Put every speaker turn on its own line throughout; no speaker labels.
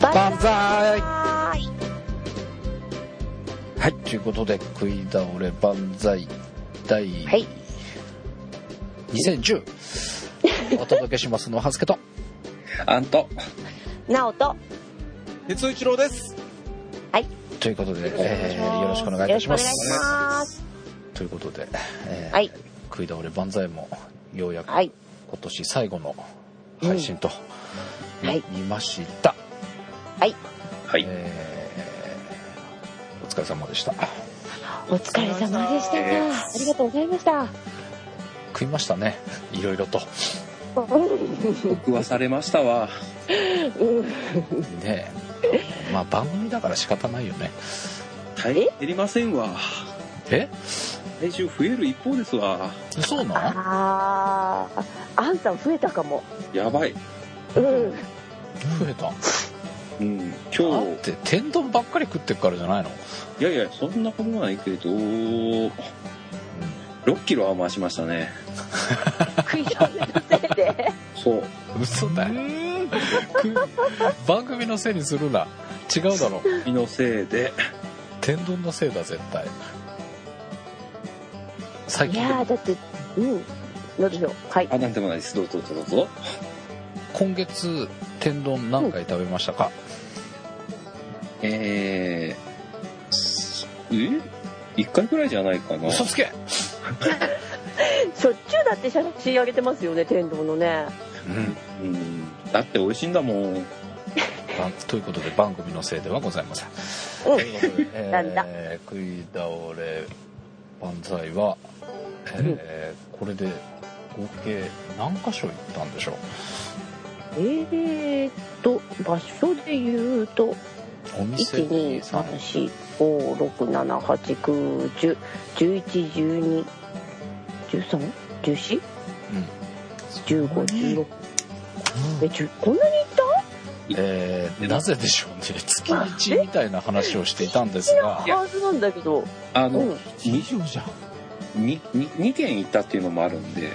ざい
はーい。
はい、ということで、食い倒れ万歳第
はい。
2010、お届けしますのはすけと。
あんと。
なおと、
鉄尾一郎です。
ということで、えー、
よ
よろしくお願いいたします。
ろくお願いします。
ということで、えー
はい
食い倒れ万歳もようやく
は
今
い。
年最後の配信と
は。
ないりました。
はい。
はい。
えーお疲れ様でした。
お疲れ様でした。
えー
ありがとうございました。
食いましたね、 いろいろと。
僕はされましたわ。
ねえまあ番組だから仕方ないよね。
体重減りませんわ。
え
体重増える一方ですわ。
そうなの
あー、あんた増えたかも。
やばい。
うん。
増えた
うん。
だ
今
って天丼ばっかり食ってくからじゃないの
日、いやいや、そんなことないけど、6キロは増しましたね。
食い倒れのせいで。
そう。
嘘だよ番組のせいにするな違うだろ
身のせいで。
天丼のせいだ絶対最
い
近
やー、だって、うん。どうでしょう。はい。
あ、なんでもないです。どうぞどうぞどうぞ。
今月天丼何回食べましたか、
えー、すえ一回くらいじゃないかな。
嘘つけ、
しょっちゅうだって写真上げてますよね、天童のね。
うん
うん。だって美味しいんだもん。
番ということで番組のせいではございません、
うん
ということ で、えー
なんだ
食い倒れ万歳は、えーこれで合計何箇所行ったんでしょう
えーっと、場所で言うと、
お店
1、2、
さん
3、4、5、6、7、8、9、10、11、12、13、14、15、16。え、10、こんなにいった
えーなぜでしょうね月一みたいな話をしていたんですが
はずなんだけど。
あ
う
の、
ん。
以上じゃん
にに二軒行ったっていうのもあるんで、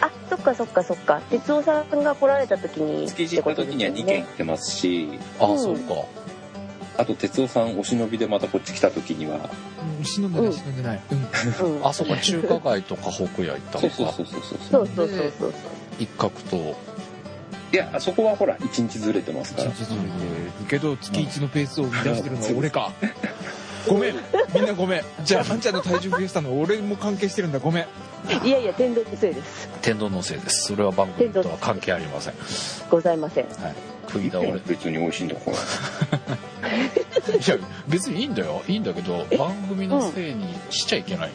あ、そっかそっかそっか。哲夫さんが来られた時に。
築地行った時には2軒行ってますし、
あ、
うん
そうか
あと哲夫さんお忍びでまたこっち来た時には、
忍んでない忍んでない、うん、
うん
あそこ中華街とか北谷行った
そ
の
うそう
か
そうそうそ
そう
う
そうそうそう。
一角と
いやあそこはほら1日ずれてますから
一日ずれてるけど月一のペースを生み出してるのは俺か ごめんみんなごめんじゃああんちゃんの体重増やしたのは俺も関係してるんだごめん
いやいや、天童のせいです。
天丼のせいですそれは番組とは関係あり ません
ございません。
食い
い
倒
や
れい
別に美味しいんだから
や別 にいいんだよいいんだけど番組のせいにしちゃいけない、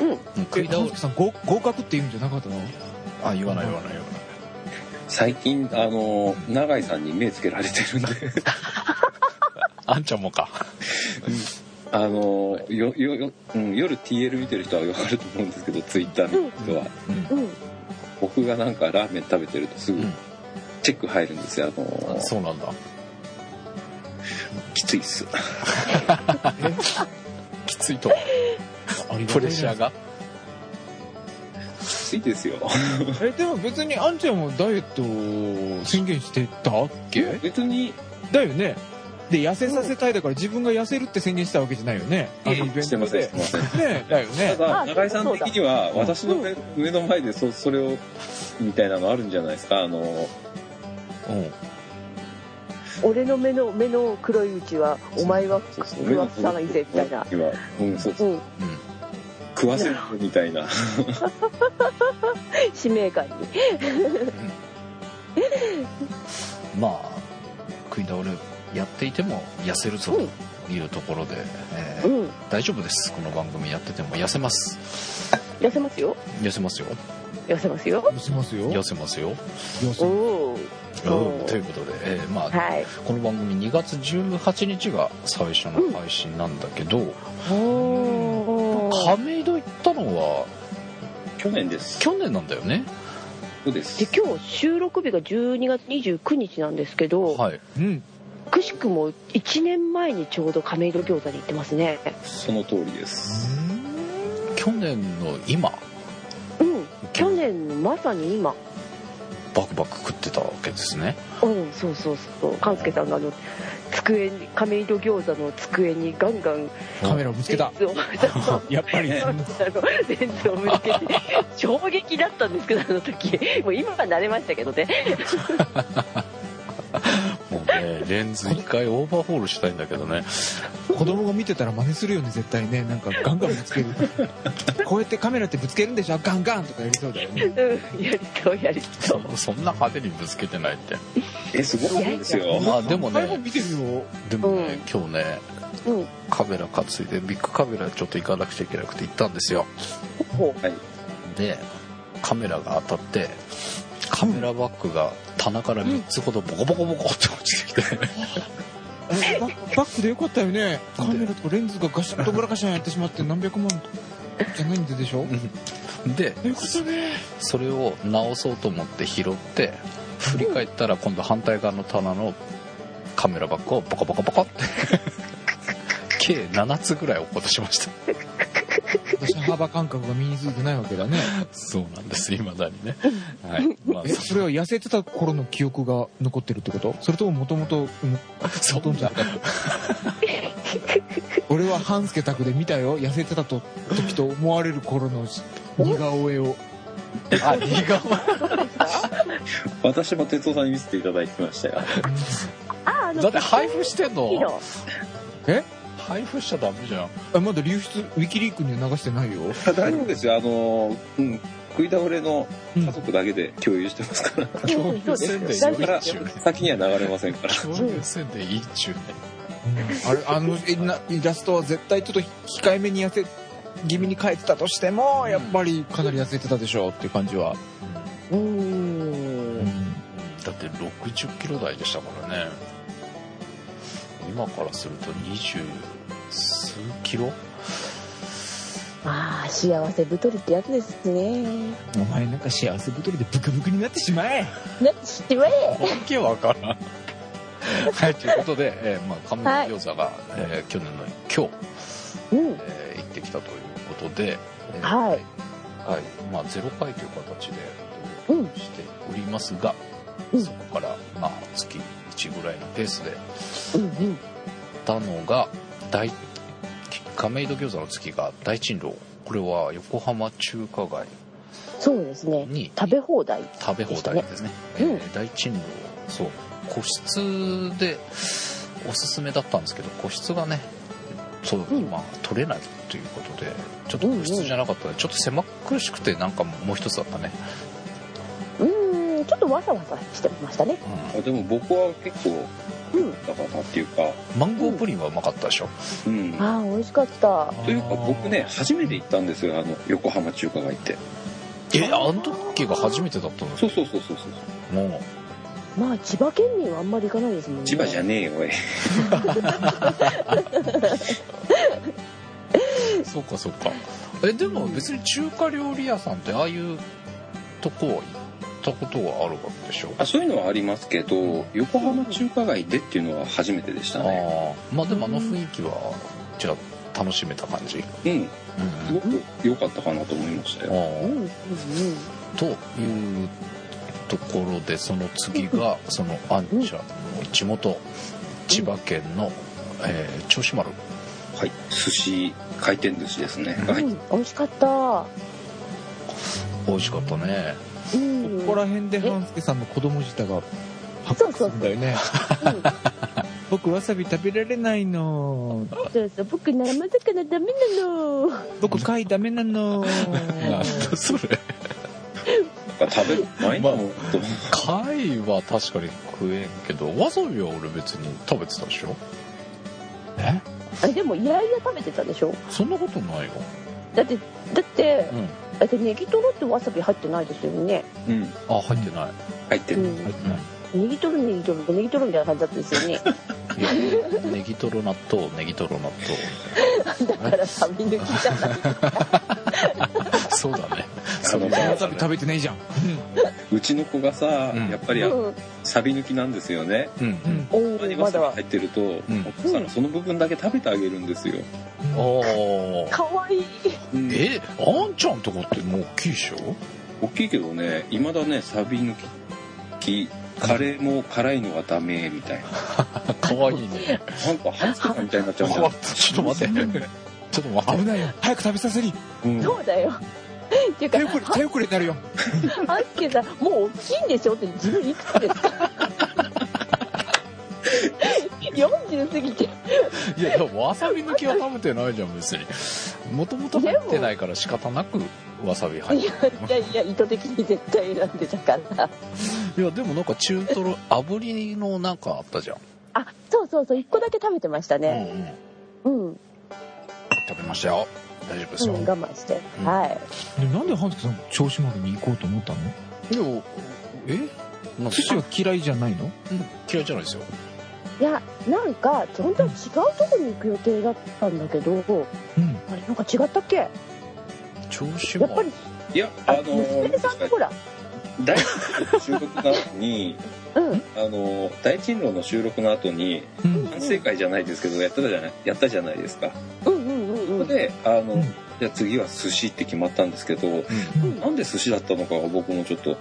うん
食い倒れ
えさん合合格って言うんじゃなかったの
あ言わない言わない言わない
最近あの永井さんに目つけられてるんで
あんちゃんもか
あのよよよ、うん、夜 TL 見てる人は分かると思うんですけどツイッター見てる人は、
うん。
僕がなんかラーメン食べてるとすぐ
うん
チェック入るんですよあの
そうなんだ
きついっす
きついと
ありがと
プ
う
レッシャーが
きついですよ
えでも別にあんちゃんもダイエットを宣言してたっけ
別に
だよねで痩せさせたいだから自分が痩せるって宣言したわけじゃないよねあのイベントで
してませんしてません
ねだよ
た
ね
だ
あ
中井さん的には
そうだ
私の目目の前でそそれをみたいなのあるんじゃないですかあの
うん
俺の目の、目の黒いうちは、お前は
そうそう
食わさないぜ、みたいな。
今うんそう
う。
そうん食わせるみたいな
使命感に。
まあ食い倒れやっていても痩せるぞ
うん
というところで、えー
うん。
大丈夫ですこの番組やってても痩せます
痩せますよ。
痩せますよ
痩せますよ。
寄せますよ
痩せますよ、
寄
お
せ
お。
う
お
んということで、えーまあ、
はい。
この番組2月18日が最初の配信なんだけど、
おー
亀戸行ったのは
去年です
去年なんだよね
そうです
で今日収録日が12月29日なんですけど、
はい
うん
くしくも1年前にちょうど亀戸餃子に行ってますね
その通りです
去年の今
うん去年まさに今
バクバク食ってたわけですね
うんそうそうそう勘介さんがあの机に亀戸餃子の机にガンガン
カメラをぶつけた
レンズをそう
やっぱり
あのレンズを向けて衝撃だったんですけどあの時もう今は慣れましたけどね
もう ねレンズ一回オーバーホールしたいんだけどね
子供が見てたら真似するよね絶対ねなんかガンガンぶつ けるこうやってカメラってぶつけるんでしょガンガンとかやりそうだよね
うんやりそうやりそう
そそんな派手にぶつけてないって
えすごいですよ
まあでも
あれも
ね
見てるよ
でもね、
うん
今日ね
うん
カメラ担いでビッグカメラちょっと行かなくちゃいけなくて行ったんですよ
ほ
でカメラが当たってカメラバッグが棚から3つほどボコボコボコって落ちてきて、
あれバッバックでよかったよねカメラとレンズがガシャンとぶらかしャンやってしまって何百万じゃないんででしょ
で
よかったね
それを直そうと思って拾って振り返ったら今度反対側の棚のカメラバッグをボコボコボコって 計7つぐらい落っことしました
私の幅感覚が身についてないわけだね
そうなんですいまだにね、はいまあ、
えそれは痩せてた頃の記憶が残ってるってことそれとももともと
そ
どん
ん
じゃ
な
なかった俺は半助宅で見たよ痩せてたと時と思われる頃の似顔絵を
あ似顔
私も哲夫さんに見せていただいてましたよ
ああ
絵
の
だって配布してん
い
の
いの
配布しちゃダメじゃん
あまだ流出ウィキリークには流してないよ
大丈夫ですよあの、うん、食い倒れの家族だけで共有してますから、
うんそうですよ
宣伝
大
よ
丈夫で
一
すよ
応ね
先には流れませんから
共有宣伝いいっちゅうね
あれあのえなイラストは絶対ちょっと控えめに痩せ気味に描いてたとしてもやっぱりかなり痩せてたでしょうっていう感じは、
うーん
だって60キロ台でしたからね今からすると20数キ ロ
ああ幸せ太りってやつですね
お前なんか幸せ太りでブクブクになってしまえ
なってしまえ
わけわからんはいということで、えーまあ、カメラ餃子が、えー去年の今日、
うん
えー行ってきたということで、えー
はい
はいまあ、ゼロ回という形で
うん
しておりますが、
うん
そこから、まあ、月1ぐらいのペースで
うんうん
たのが大亀戸餃子の月が大珍楼これは横浜中華街
そうですね
に
食べ放題
食べ放題ですね
うん
えー大珍楼そう個室でおすすめだったんですけど個室がねそう、
うん
今取れないということでちょっと個室じゃなかったのでちょっと狭苦しくてなんかもう一つあったね、
うーんちょっとわさわさしてましたね
う
あでも僕は結構
うん
だからなっていうか、
ん、マンゴープリンはうまかったでしょ、
うん、
ああ美味しかった
というか僕ね初めて行ったんですよあの横浜中華街って
えあの時が初めてだったんです
そうそうそうそうそう
もう
まあ千葉県民はあんまり行かないですもんね
千葉じゃねえよおい
そうかそうかえでも別に中華料理屋さんってああいうとこは行ったことはあるわけでしょ
あそういうのはありますけど横浜中華街でっていうのは初めてでしたね
ああまあでもあの雰囲気はじゃあ楽しめた感じ、
うん
う
すごく良かったかなと思いました
ん
よ
うん
あ
うんうん
あというところでその次がそのあんちゃんの地元千葉県の、えー、銚子丸
はい寿司回転寿司ですね
うん
は
う
い
ん美味しかった
美味しかったね
うん
ここら辺で半助さんの子供舌が発覚するんだよね
うん
僕わさび食べられないの
そうそう僕ならまさかなダメなの
僕貝ダメなの
なんだそれ
食べる前に
まあ
もと
貝は確かに食えんけどわさびは俺別に食べてたでしょえ
あでもいやいや食べてたでしょ
そんなことないよ
だってだって
うん
だってネギトロってわさび入ってないですよね
うん
あ入ってない、
入って
う
る
んネギトロネギトロネギトロみたいな感じだったですよね
いやネギトロ納豆ネギトロ納
だからサビ抜きじゃない
豆 そうだね
あの
わさび食べてないじゃん
うちの子がさ
うん
やっぱり
うん
サビ抜きなんですよね
うんうん
お
本当に
ー
わ
ま
さ
だ
び入ってると、
ん
お父さんがその部分だけ食べてあげるんですよ、
おお
かわいい
えあんちゃんとこってもう大きいでしょ
大きいけどねいまだねサビ抜きカレーも辛いのはダメみたいな
かわいいね
なんかハンスターみたいになっちゃうん
ち
だ
ょ
よ
っと待ってちょっと待っ
危ないよ早く食べさせに
うん
そうだよ。っていうか
手、遅れ手遅れになるよ
あんけさん、もう大きいんでしょって自分いくつですか40過ぎて
ていやでもわさび抜きは食べてないじゃん別にもともと入ってないから仕方なくわさび入っ
い
て
やいや意図的に絶対選んでたから
いやでもなんか中トロ炙りのなんかあったじゃん、
あそうそうそう1個だけ食べてました
うん
ね
うん、
うん、うん、
食べましたよ大丈夫ですよ、
我慢して、
うん
はい
でなんで半助さん銚子丸に行こうと思ったの
でもえなんか
寿司は嫌いじゃないの
うん嫌いじゃないですよ
いやなんか本当は違うとこに行く予定だったんだけど
うん
あれなんか違ったっけや
調子
っぱり
いやあ
あ
の
娘さんがほら
大臣の収録の後に
うん
あの大臣論の収録の後に
うん
反省会じゃないですけどやってたじゃないやったじゃないですか
うんうんうんう
そ
ん
れであの、
うん
じゃあ次は寿司って決まったんですけど
うん
なんで寿司だったのかが僕もちょっと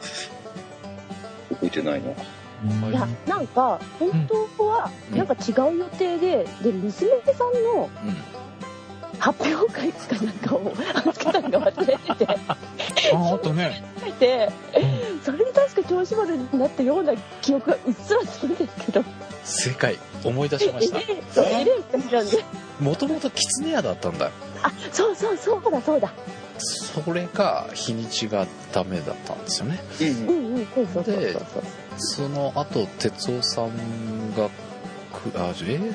覚えてないな
うん
いやなんか本当は
うん
なんか違う予定でで娘さんの発表会かなんかをあつけさんが忘れてて
ああったね
書いてそれで確か調子丸になったような記憶がうっすらするんですけど
正解思い出
え
しました
れいそうえれい二人なんで
もともとキツネ屋だったんだ
あそうそうそうだそうだ
それが日にちがダメだったんですよね
うん
うんうんそうそうそうそうそう
その後哲夫さんがくあえー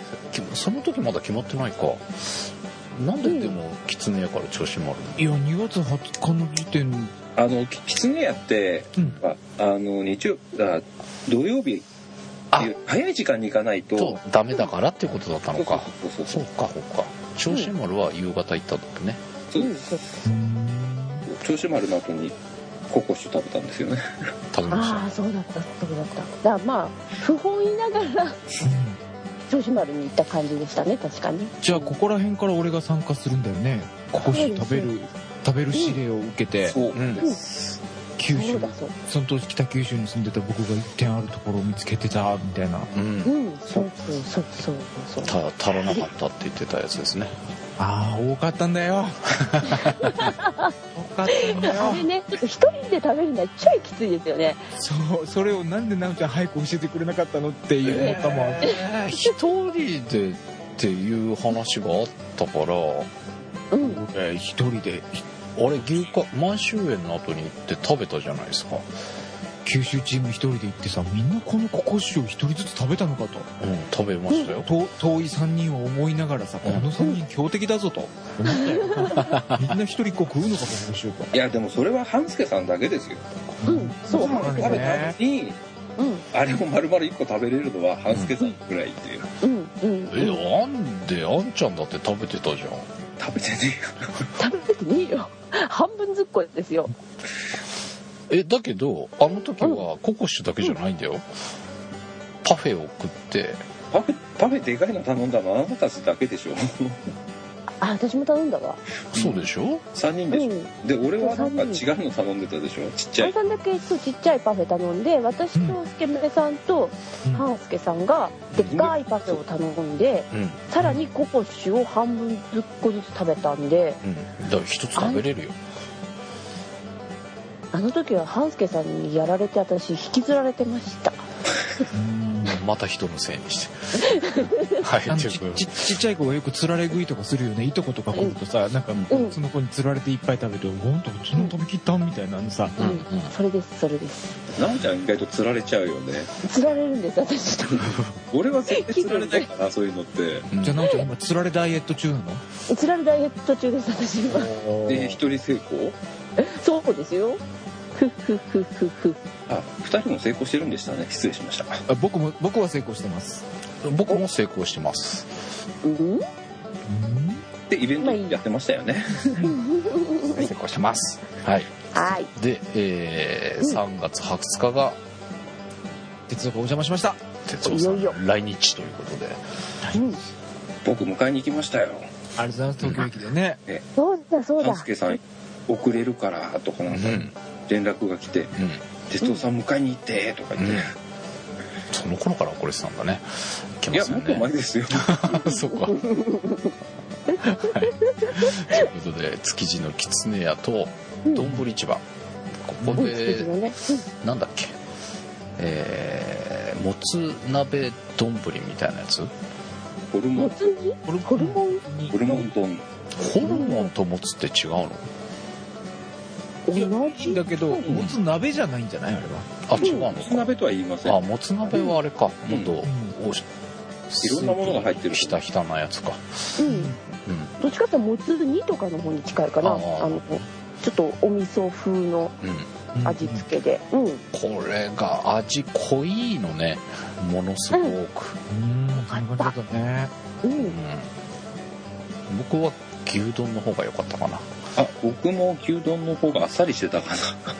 その時まだ決まってないかなんででもキツネ屋から調子もあ
い
る
や2月20日の時点
あのききつねやって、
うん
ああの日曜あ土曜日
あ
早い時間に行かないと
のとダメだからっていうことだったのか
そう
そ
そうそ
ううかそうか銚子丸は夕方行ったんだね
そう
う
で
ん
す
そう
銚子丸の後にココッシュ食べたんですよね
食べました
ああそうだったそうだっただからまあ不本意ながら銚子丸に行った感じでしたね確かに
じゃあここら辺から俺が参加するんだよねここし食べる食べる指令を受けて
そう
うん
です、
九
そ
州
うだそう
その当時北九州に住んでた僕が一点あるところを見つけてたみたいな
うん
だうんそうそうそうそうそう
た足らなかったって言ってたやつですね
ああ多かったんだよ多かったん
あ
だよ
れねちょっと一人で食べるのはちょいきついですよね
そうそれをなんで奈緒ちゃん早く教えてくれなかったのっていうのかもある
一人でっていう話があったから
うん
俺一人で
あれ牛か満州園の後に行って食べたじゃないですか
九州チーム一人で行ってさみんなこのココッシュを一人ずつ食べたのかと
うん食べましたよ
遠遠い3人を思いながらさこの3人強敵だぞと思ったよみんな一人っ子食うのかココッシュと
いやでもそれは半助さんだけですよ
うんそう
ご飯を食べたのに
うん
あれを丸々一個食べれるのは半助さんぐらいっていう、
うんうん
えあんであんちゃんだって食べてたじゃん
食べてね
食べてねえよ半分ずっこですよ
えだけどあの時はココッシュだけじゃないんだよ、パフェを食って
パフェパフェでかいの頼んだのあなたたちだけでしょ
あ私も頼んだわ
そうでしょ、
3人
う
でしょ、
ん
で俺はなんか違
そう
うの頼んでたでしょちっちゃ
あ
い
さんだけそうちっちゃいパフェ頼んで私とスケムレさんと
うん
ハンスケさんがでっかいパフェを頼んで
うんうん、
さらにココッシュを半分ずっこずつ食べたんで
だから一つ食べれるよ
あの時は半助さんにやられて私引きずられてました
また人のせいにして はい
あの
とい
ち
うことで
ちちっちゃい子がよくつられ食いとかするよねいとことか来るとさなんか
うん
その子につられていっぱい食べて「ほんと昨日食べきった?」みたいなのさ
うんうん
それですそれです
なおちゃん意外と釣られちゃうよね
つられるんです私と
俺は絶対釣られないからそういうのって
うん
じゃあ奈緒ちゃん今つられダイエット中なの
つられダイエット中です私今
で一人成功
そうですよふふふふふ
あ二人も成功してるんでしたね失礼しました
あ僕も僕は成功してます
僕も成功してます
うん
でイベントやってましたよね、
成功してますはい
はい
で、えー
うん
3月20日が
哲夫がお邪魔しました
哲夫さ
いよ
ん来日ということで
うん
僕迎えに行きましたよ
ありがとうございます東京駅でね
そうだそうだ
半助さん遅れるからとかなんか連絡が来て
うん
「哲夫さん迎えに行って」とか言って、
うんその頃から怒れてたんだねいけ
い
ま
や
すよ
もっと
ね
前ですよ
そうかはいということで築地の狐屋と丼市場ここ
うん素敵だ
で
ね
なんだっけえーもつ鍋丼みたいなやつ
ホル
うん
モ
も
ン
つ煮ホルモン
ホルモン丼
ホルモンともつって違うの
同じ
だけど
ん
もつ鍋じゃないんじゃないあれは
あ違うの
もつ鍋とは言いません
かあもつ鍋はあれか
うん
もっとおし
いろんなものが入ってる
ひたひたなやつか
うん
う
どっちかっていうともつ煮とかの方に近いかな
あー
あのちょっとお味噌風の
んうん
味付けでうん
これが味濃いのねものすごく、
うんそういう感じだね
うん
うん僕は牛丼の方が良かったかな
あ僕も牛丼の方があっさりしてたかな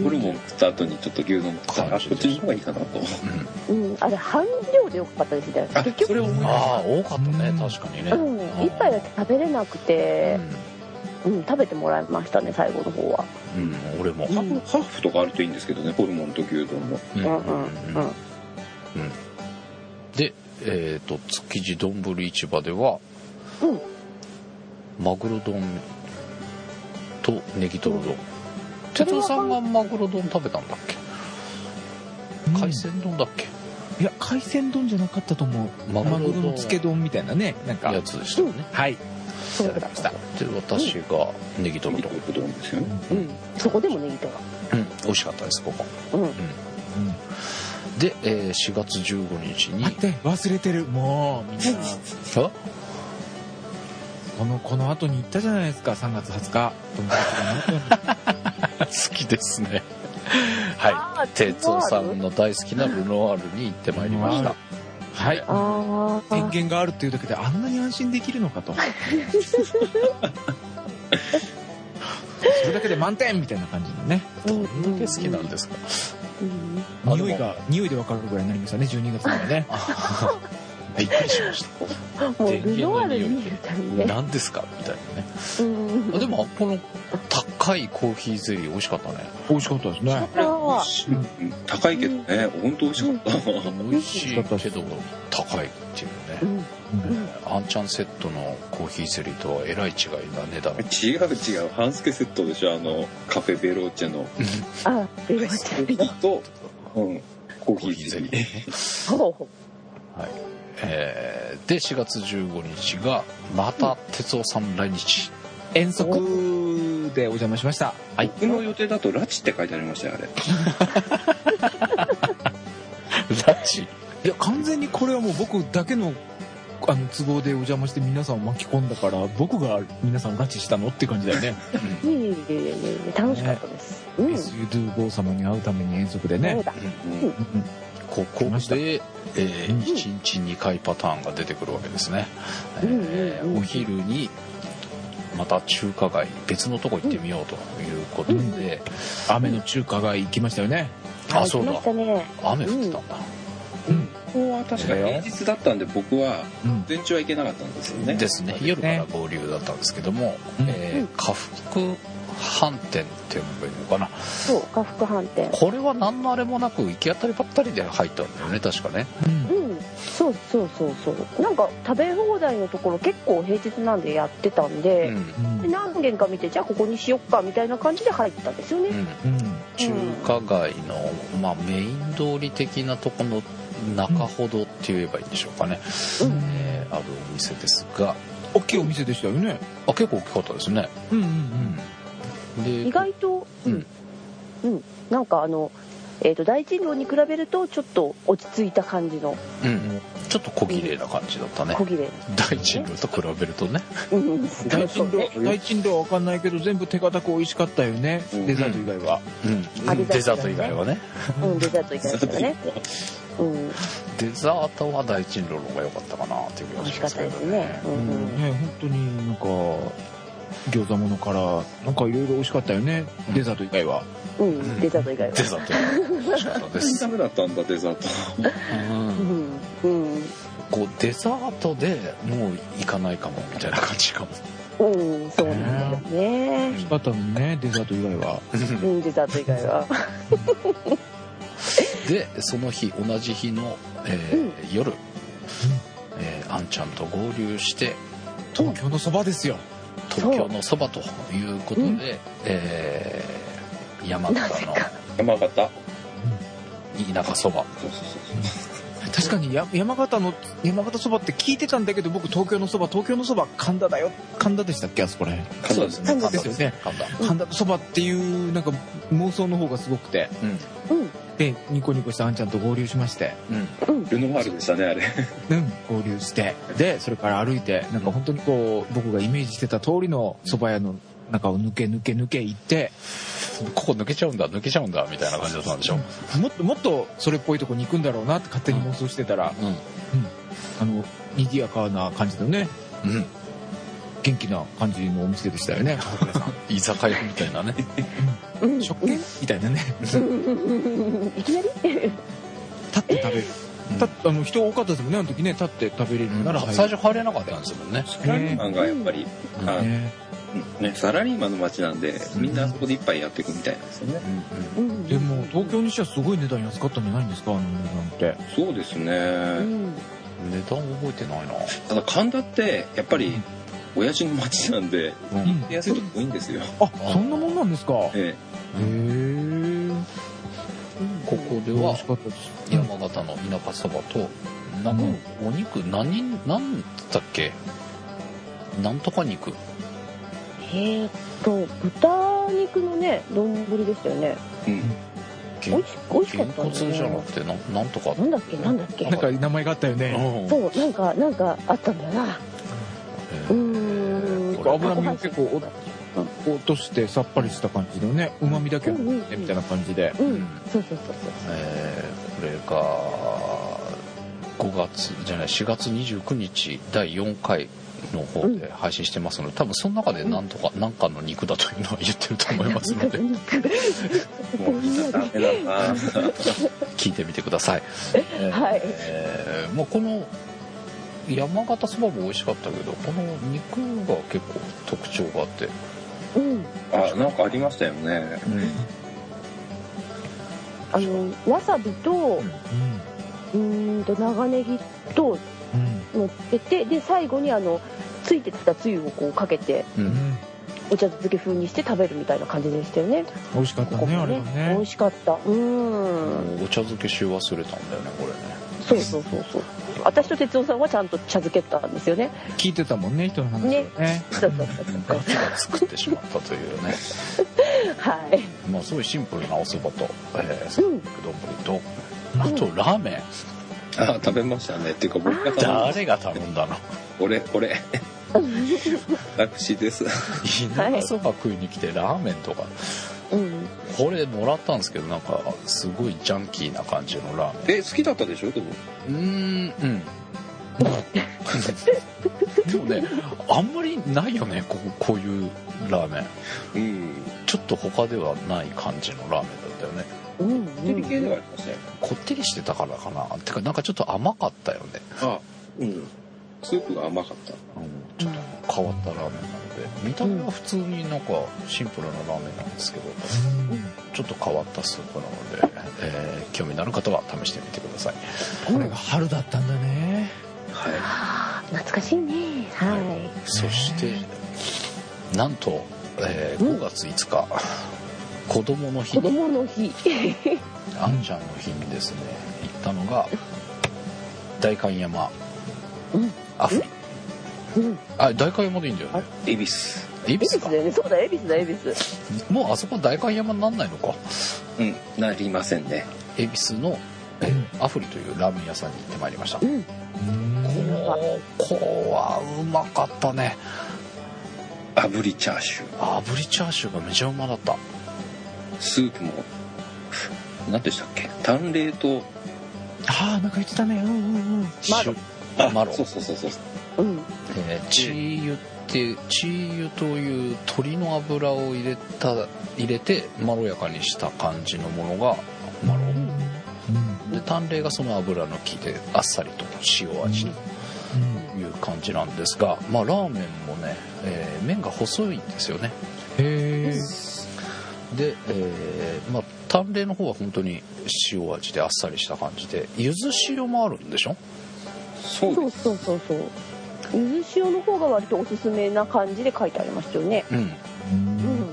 う
ホルモン食った後にちょっと牛丼食ったらあこっちの方がいいかなと
ん、うん、
うん、あれ半量でよかったですね
あ
結
それ
局
を思いま
ああ多かったね確かにね、
うん、一杯だけ食べれなくて、
う
うん、食べてもらいましたね最後の方は
ん、うん、俺も
すハーフハーフとかあるといいんですけどねホルモンと牛丼も
うん
うんうんうん
でえっ、と築地丼市場では、
うん
マグロ丼とネギトロ丼、哲夫さんがマグロ丼食べたんだっけ海鮮丼だっけ
いや海鮮丼じゃなかったと思う
マグ
マ
ロ
グロの
丼
漬け丼みたいなねなんか
やつでしたよね
はい
そうだった
で私がネギトロ
いい
丼、
こと丼ですよね
うんそこでもネギとか
うん、美味しかったですここ
うん
で、えー4月15日に
待って忘れてるもうみんな
あ
このこの後に行ったじゃないですか3月20日友達が何分
好きですねはい哲夫さんの大好きなルノワールに行ってまいりました
はい
ああ
偏見があるっていうだけであんなに安心できるのか とそれだけで満点みたいな感じのね
どんだけ好きなんですか
うん
あ
匂いが匂いで分かるぐらいになりましたね12月からね
びっくりしまし
もうルノワール見るたび
た
ね
何ですかみたいなね
うん
あでもこの高いコーヒーゼリー美味しかったね
美味しかったですね
あー
うん高いけどね本当美味しかった
美味しいけど高いっていうね
うん
アンチャンセットのコーヒーゼリーとはえらい違いな値段
違う違う半助セットでしょあのカフェベローチェの
あベロちゃん
と、うん、コ
コ
ーヒ
ーヒ
ー
ー
ゼ
ゼ
リ
リ
ー
ー、
ほうほ
えーで4月15日がまた哲夫さん来日
遠足でお邪魔しました
僕の予定だとラチって書いてありましたよあれ
ラチ
いや完全にこれはもう僕だけのあの都合でお邪魔して皆さんを巻き込んだから僕が皆さんを拉致したのって感じだよね
ういえいえいえいえ楽しかったです、うん
s u d 坊様に会うために遠足で
そう
ね
だ
うん
うん
ここで、えー、1日2回パターンが出てくるわけですね、
うん
え
うんう
ー
ん
お昼にまた中華街別のとこ行ってみようということで、
雨の中華街行きましたよね
あそう
行きま
だ
したね
雨降ってたんだ、
ここは確か平日だったんで僕は
うん
全中は行けなかったんですよね
ですね夜から合流だったんですけども、
うん
えー家福飯店っていうのかな
そう家福飯店
これは何のあれもなく行き当たりばったりで入ったんだよね確かね
うん
うんそうそうそうそうなんか食べ放題のところ結構平日なんでやってたんで、
うん
で何軒か見てじゃあここにしよっかみたいな感じで入ったんですよね、
うん
うん
中華街の、まあ、メイン通り的なとこの中ほどって言えばいいんでしょうかね、
うん
えーあるお店ですが
大きいお店でしたよね
あ結構大きかったですね、
うんうん
で
意外と
う
うんん、うん、なんかあの、えー、と大人狼に比べるとちょっと落ち着いた感じの
うん、ちょっと小綺麗な感じだったね
小切れ、
大人狼と比べるとね
うんうん
大珍道大珍道は分かんないけど全部手堅く美味しかったよね
うん
デザート以外は
うん、
あり
デ
がたいですね
ザート以外はね
うん、デザートいかがですかね、うん、
デザートは大人狼の方が良かったかなっていう気
美
が
味
し
し
ま
かっ
す
た
け
で
ど
す
ね
ね、う
うん
うん
んね本当になんか餃子ものからなんかいろいろ美味しかったよねデザート以外は
うん、デザート以外は
デザートは美味しかったで
全 然
す
ダ、メだったんだデザート
うん
うん、うん
こうデザートでもう行かないかもみたいな感じかも、
うん、そうなんだよね
美味しかったのにねデザート以外は
うん、デザート以外は。
でその日同じ日の、えー夜、えーあんちゃんと合流して
東京のそばですよ
東京のそばということで、
うん
えー山形の
山形
田舎そば
そうそうそう
確かにや山形の山形そばって聞いてたんだけど僕東京のそば東京のそば神田だよ神田でしたっけあそこら辺
そうです
神田
ですよね
神田
神田のそばっていうなんか妄想の方がすごくて
うん
でニコニコしたあんちゃんと合流しまして
うんうん
うん
ルノワールでしたねあれ
うん合流してでそれから歩いてなんか本当にこう僕がイメージしてた通りのそば屋の中を抜け抜け抜け行って
ここ抜けちゃうんだ抜けちゃうんだみたいな感じだったんでしょ、
もっともっとそれっぽいとこに行くんだろうなって勝手に妄想してたらあの賑やかな感じのね
うんうん、
元気な感じのお店でしたよね朝倉さん
居酒屋みたいなね
うん
食券みたいなね
いきなり
立って食べる、
うん
たあの人多かったですもんねあの時ね立って食べれるな
な
ら
ら最初入れなかったんですもんね、
サラリーマンがやっぱり、
うん
あ
ね
ね、サラリーマンの街なんでみんなあそこで一杯やっていくみたいなんですよね、
うん
うん
でも東京にしてはすごい値段安かったんじゃないんですかあの値段って
そうです
う
ね
ん
うん、値段覚えてないな
ただ神田ってやっぱり親父の街なんで
うん
うん
安いとこ多いんですよ、
あそんなもんなんですかへ
え
え
ここで
美
は
味しかったです
山形の田舎そばとなんかお肉何人何だっけなんとか肉
えーっと豚肉のね丼でしたよね
えうん
げ
美味し美味しか
げん
った
こ
んだ
つ
よ
じゃな
ね
くてななんとか
なんだっけなんだっけ
なんか名前があったよね
うん
そうなんかなんかあったんだよなう
え
ー
ー
ん
これ
油身を結構お落としてさっぱりした感じのねうまみだけが
うんうんうん
みたいな感じで
う
うんん
そうそうそう
えーこれが5月じゃない4月29日第4回の方で配信してますので、多分その中で何とか何かの肉だというのは言ってると思います
そう
ので
もうみんなダメだな
聞いてみてください、えー
はい
えーもうこの山形そばも美味しかったけどこの肉が結構特徴があって、
うん
あなんかありましたよね
あのわさびと
う
うーんと長ネギと
んうん
乗っててで最後にあのついてきたつゆをこうかけて
うん
お茶漬け風にして食べるみたいな感じでしたよね
美味しかったねあれは
美
ね
味しかったうーん
お茶漬けし忘れたんだよねこれね
そうそうそうそう私と哲夫さんはちゃんと茶漬けたんですよね
聞いてたもんね人の話をね
そうそうそう
なん か気が作ってしまったというね
はい
まあすごいシンプルなおそばと、えー、
うん
丼とあとラーメン
あ食べましたねっていうか僕が食べました
誰が頼ん だの
俺俺私です
田舎そば食いに来てラーメンとか
うん
これもらったんですけどなんかすごいジャンキーな感じのラーメ
え好きだったでしょでも
ンうーんうん でもねあんまりないよねこここういうラーメン
うん
ちょっと他ではない感じのラーメンだったよね
うん
テリ系ではありましたよ
こってりしてたからかなてかなんかちょっと甘かったよね、
あうんスープが甘かった
ちょっと変わったラーメンなので見た目は普通になんかシンプルなラーメンなんですけど、ちょっと変わったスープなので、えー興味のある方は試してみてください
これが春だったんだね
は
あー懐かしいねは
そしてなんと、えー5月5日、子供の
い
日
子
に
供の日
あんちゃんの日にですね行ったのが代官山、
うん
アフリ
うん
あ代官山でいいんだよね
い恵比寿
恵比
恵比
寿
寿
か
だよねそうだ恵比寿だ恵比寿
もうあそこ代官山になんないのか
うんなりませんね
恵比寿の、えーアフリというラーメン屋さんに行ってまいりました
うん
ここはうまかったね
炙りチャーシュー
炙りチャーシューがめちゃうまだった
スープも何でしたっけ淡麗と
ああなんか言ってたねうんうんうん
マロ
塩マロ
そうそうそうそ
う
う
ん
えーチー油ってチー油という鶏の油を入れた入れてまろやかにした感じのものがマロで淡麗がその油の木であっさりと塩味という感じなんですが、まあ、ラーメンもね、えー麺が細いんですよね
へえ
で、えーまあ、淡麗の方は本当に塩味であっさりした感じで柚子塩もあるんでしょ
そう
そ
で
う
す
そうそうそうゆず塩の方が割とおすすめな感じで書いてありましたよね
うん
うん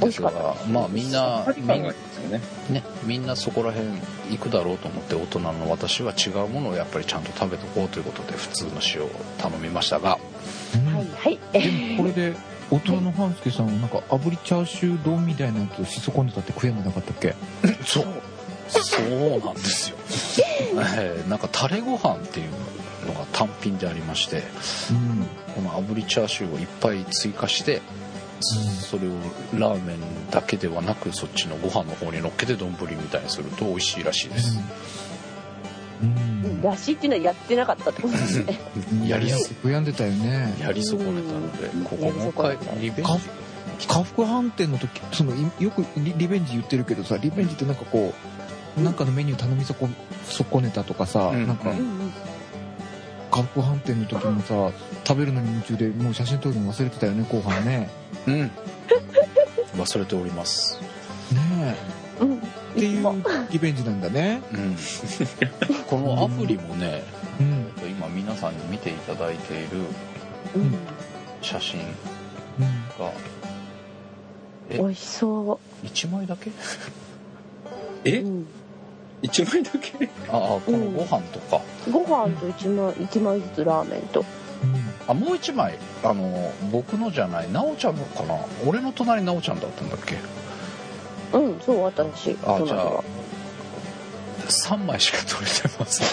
美味しかっ
で
た
すがまあみんな
パリ感がいいですよね
ね、みんなそこら辺行くだろうと思って大人の私は違うものをやっぱりちゃんと食べとこうということで普通の塩を頼みましたが
はいはい
でもこれで大人の半助さんはなんか炙りチャーシュー丼みたいなやつをしそ込んでたって悔やんでなかったっけ
そうそうなんですよ、えーなんかタレご飯っていうのが単品でありまして
うん
この炙りチャーシューをいっぱい追加してそれをラーメンだけではなくそっちのご飯の方に乗っけて丼みたいにすると美味しいらしいです、
うん
らしいっていうのはやってなかったってことですね
うん
やりす
悔やんでたよね
やり損ねたのでここもう一回リベンジ
家福飯店の時そのいよくリリベンジ言ってるけどさリベンジってなんかこうなんかのメニュー頼みそこ損ねたとかさ、
うん
なんか
うんうん
家福飯店の時もさ食べるのに夢中でもう写真撮るの忘れてたよね後半ね
うん忘れております
ね
うん
えってい
まあ
うリベンジなんだね
うんこのアプリもね
うん
今皆さんに見ていただいている
うん
写真
うん
が
美味しそ
1枚だけ
う、
え
うん、
一枚だけ
ああこのご飯とか、
ご飯と一枚一枚ずつラーメンと
あもう1枚あの僕のじゃない奈緒ちゃんのかな俺の隣奈緒ちゃんだったんだっけ
うんそう私
あ
トマト
じゃあ
が
3枚しか撮れてません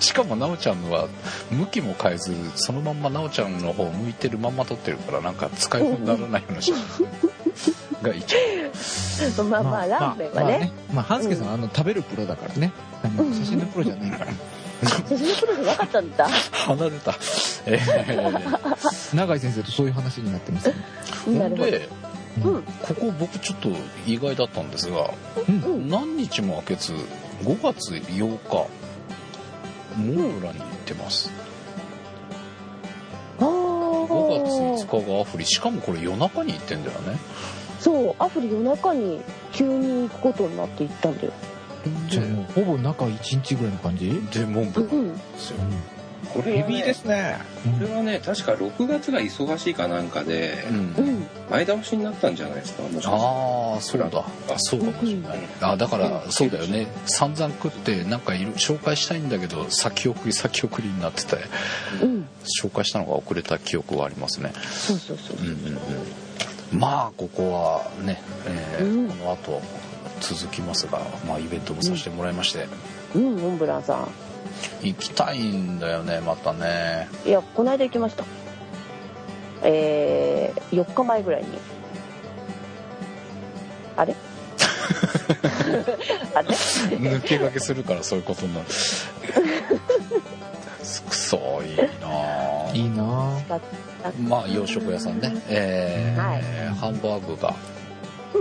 しかも奈緒ちゃんのは向きも変えずそのまんま奈緒ちゃんの方向いてるまんま撮ってるからなんか使い物にならないような写真が一枚
まあまあラーメンはね,、
まあ半助さんはあの食べるプロだからねあの写真のプロじゃないから
写真のプロじゃなかったんだ、
離れたえー
永井先生とそういう話になってますね
なるほど
で
うん
ここ僕ちょっと意外だったんですが、
うん
何日も空けず5月8日モーブラに行ってます、
あ
5月
あ
5日がアフリしかもこれ夜中に行ってんだよね
そうアフリ夜中に急に行くことになって行ったんだよ
じゃあもうほぼ中1日ぐらいの感じ
でモンブラン
うん
ですよ、
これはね
すね
これはね確か6月が忙しいかなんかで
うん
うん
前倒しになったんじゃないですかもしかして
ああそうだあそうかもしれない、あだからそうだよね散々食ってなんかいろ紹介したいんだけど先送り先送りになってて
うん
紹介したのが遅れた記憶はありますね
そうそうそう
うんうんうんまあここはね、えー
うん
この後続きますが、まあ、イベントもさせてもらいまして、
うんモンブランさ
行きたいんだよねまたね
んいやこの間行きましたえー、4日前ぐらいにあれ あれ
抜け駆けするからそういうことになる くそいいなあ
いいなぁ
まあ洋食屋さんね、えー
はい
ハンバーグが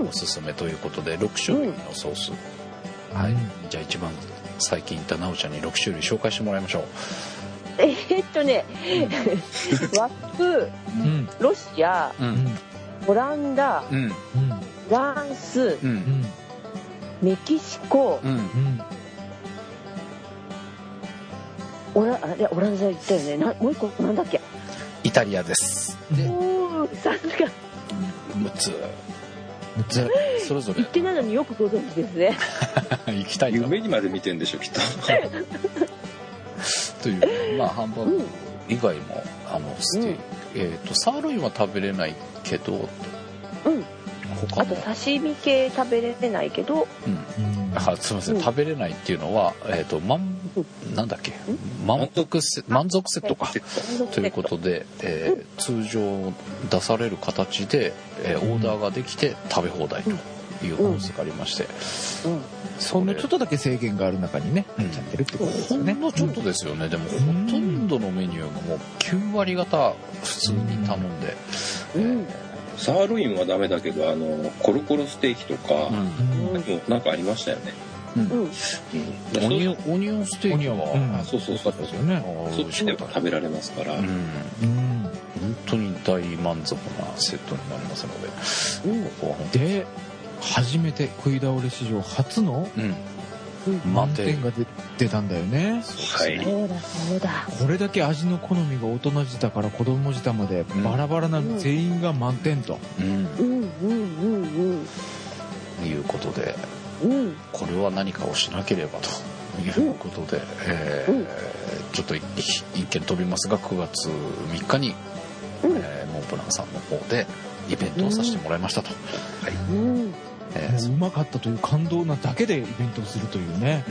おすすめということで6種類のソース、はいじゃあ一番最近行った奈緒ちゃんに6種類紹介してもらいましょう
えーっとね、和風
うん
ロシア
う
うん
オランダ
うん
うん
フランス
う
うんん
メキシコ
うん
うん
オラあいやオランダ行ったよねなもう一個なんだっけ
イタリアですで
おおさすが
6つ
むつ
それぞれ
行ってないのによくご存知ですね
行きたいな
夢にまで見てんでしょきっと
というまあハンバー
う
グ
ん
以外もあのステーキ、えっ、とサーロインは食べれないけど
うん
他
あと
も
刺身系食べれてないけど
うんあすみません、
うん
食べれないっていうのは、えー、と満なんだっけ満足せ満足セットかということで、えー通常出される形で、えーオーダーができて食べ放題というコースがありまして、
うん
そのちょっとだけ制限がある中にね
うん
入っちゃってるってことです
ほ
よ
ん
ね
のちょっとですよね、でもほ
ん
とんどのメニューがもう9割方普通に頼んで、
うん
サーロインはダメだけどあのコロコロステーキとか、
うん
もうなんかありましたよね、
うん
うん
オニオンオニオンステーキは、
うん
あ
そうそうそうそう
ですよね
ー
そっちでは食べられますから、
うん
うん
本当に大満足なセットになりますので、ここは本当に
で初めて食い倒れ史上初の
うん
満点が出出たんだよね
はい
そうだそうだ
これだけ味の好みが大人舌から子供舌まで
ん
バラバラな
うん
全員が満点と、
うん
うんうんうん
いうことで
うんうん
これは何かをしなければということで、えーちょっとい一見飛びますが9月3日に、
うん
えーモンブランさんの方でイベントをさせてもらいましたと、
うん
え
も
ー
ううまかったという感動なだけでイベントをするというね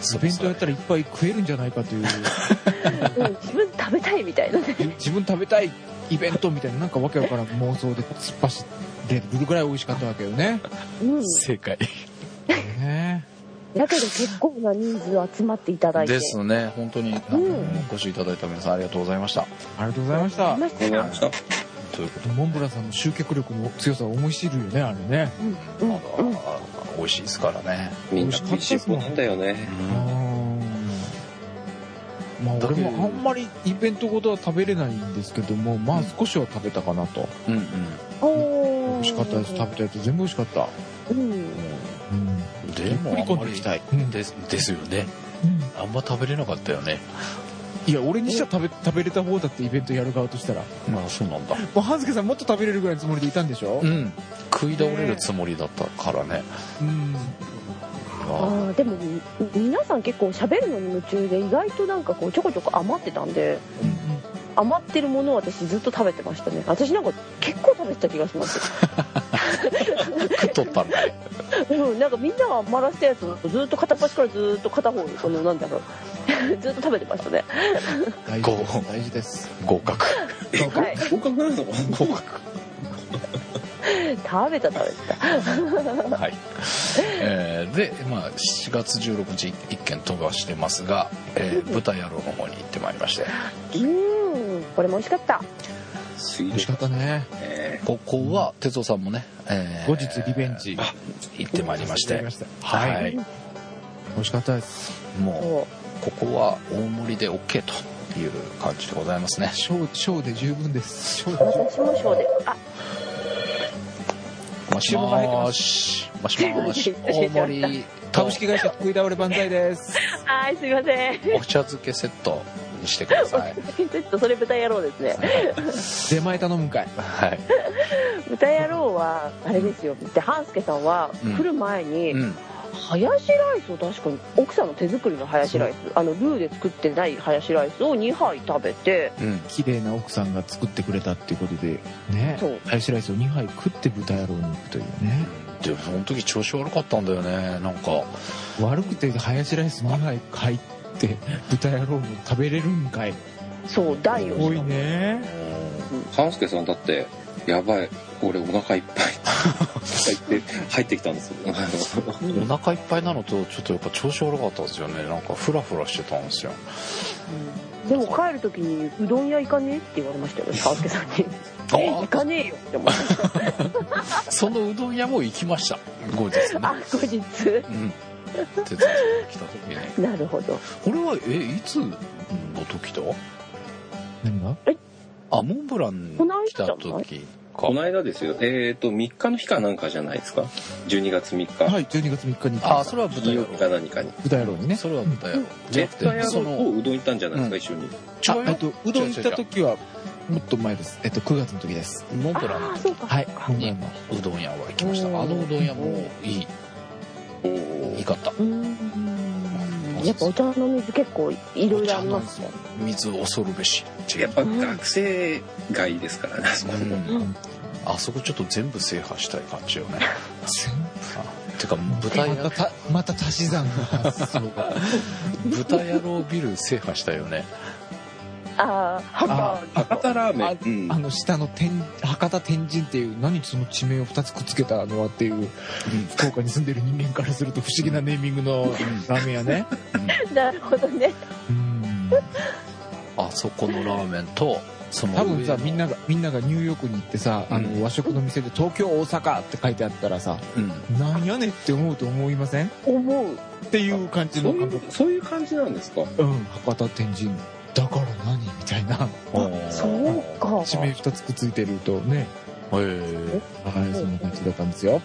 そ
イベントやったらいっぱい食えるんじゃないか という
うん自分食べたいみたいなね
自分食べたいイベントみたいななんかわけわからん妄想で突っ走れるぐらい美味しかったわけよね。
うん
正解
ね
だけど結構な人数集まっていただいて
ですね本当にあの、
うん
お越しいただいた皆さんありがとうございました
ありがとうございました。
まし
わかり
た
ました
ということで、
モンブランさんの集客力の強さを思い知るよねあれね。
うん
まだ美味しいですからね
みんな食いしん坊なんだよね
まあ、
だけ
俺
ど
もあんまりイベントごとは食べれないんですけどもまあ少しは食べたかなと、
うんうん
おー
美味しかったです食べたやつ全部美味しかった、
うん
うん、
でもあんまり
い、うん
ですですよねあんま食べれなかったよね
いや俺にしちゃ食べ食べれた方だってイベントやる側としたらも
まあそうなんだ
う半助さんもっと食べれるぐらいのつもりでいたんでしょ
うん食い倒れるつもりだったからね
うん
あ
まあ
ーでもみ皆さん結構喋るのに夢中で意外となんかこうちょこちょこ余ってたんで余ってるものを私ずっと食べてましたね私なんか結構食べてた気がします
食っとったんだね
うん、なんかみんなが余らせたやつをずっと片っ端からずっと片方そのなんだろう ずっと食べてましたね
大事です大事です
合格
はい
合格なの合格
食べた食べた
はい、えーで、まあ、7月16日一件飛ばしてますが、えー、豚野郎の方に行ってまいりまして
うんこれも美味しかった
水
美味しかったね
ね
ここは哲夫さんもね、えー
後日リベンジ
行ってまいりまし
行って
て
ました
はい、
うん
美味しかったです
も
そう
ここは大盛りで OK という感じでございますね
ショーショーで十分ですショー
う
で十分
私もそうであ
マシマーしマシマーし大盛りと
株式会社食い倒れ万歳です
はいすいません
お茶漬けセットにしてください
ちょっとそれ豚野郎ですね
出前頼むんかい
はい、
豚野郎はあれですよで半助さんは
うん
来る前に、
うん、
ハヤシライスを確かに奥さんの手作りのハヤシライスあのルーで作ってないハヤシライスを2杯食べて
うん
綺麗な奥さんが作ってくれたっていうことでね
そう
ハヤシライスを2杯食って豚野郎に行くというね
でもその時調子悪かったんだよねなんか
悪くてハヤシライス2杯買いって豚野郎も食べれるんかい
そう大を
多いね
半助さんだってやばい俺お腹いっ ぱい入って入ってきたんですよあ
お腹いっぱいなのとちょっとやっぱ調子悪かったんですよねなんかフラフラしてたんですよ
でも帰る時に「うどん屋行かねえ?」って言われましたよね助さんに「え行かねえよ」って思って
そのうどん屋も行きました後日ね
あ後日
うん哲夫さんが来た時に
なるほど
これはえいつの時だ
何が
あモンブラン来た時か
この間ですよえっ、と3日の日かなんかじゃないですか12月3日、
はい12月3日に
あそれは豚
金
野
曜日か
郎
何かに
豚野郎にね
それは豚野郎じゃな
絶対
くて
あ
そ
の
の
うどん行ったんじゃないですか、一緒に
ち
あ
ょい
えっとうどん行った時はもっと前ですえっと9月の時です
モンブラン
ああそうか
はい今
に
回も
うどん屋は行きましたあのうどん屋もいい
おー
いいかった
うーんやっぱお茶の水結構いろいろありますね
水恐るべし違
や
う
っぱ学生街ですからね、あそこ
うん
うん
あそこちょっと全部制覇したい感じよねてか豚
ま
屋
たまた足し算 の発想 が
豚野郎ビル制覇したよね
ああハンバー
博多ラーメ
あ
ン、
あの下の天博多天神っていう何その地名を2つくっつけたのはっていう福岡に住んでる人間からすると不思議なネーミングのラーメン屋ね
グなるほどね
うん
あそこのラーメンとその
多分さ
上の
みんながみんながニューヨークに行ってさあ
うん
の和食の店で「東京大阪」って書いてあったらさ
うん
なんやねんって思うと思いませんっ
思う
ていう感じ
そ
の
うい
感
う
覚
そういう感じなんですか
うん博多天神だから何みたいな
おー
そうか
地名2つくっついてるとね
へえ
はい、そんな感じだったんですよ。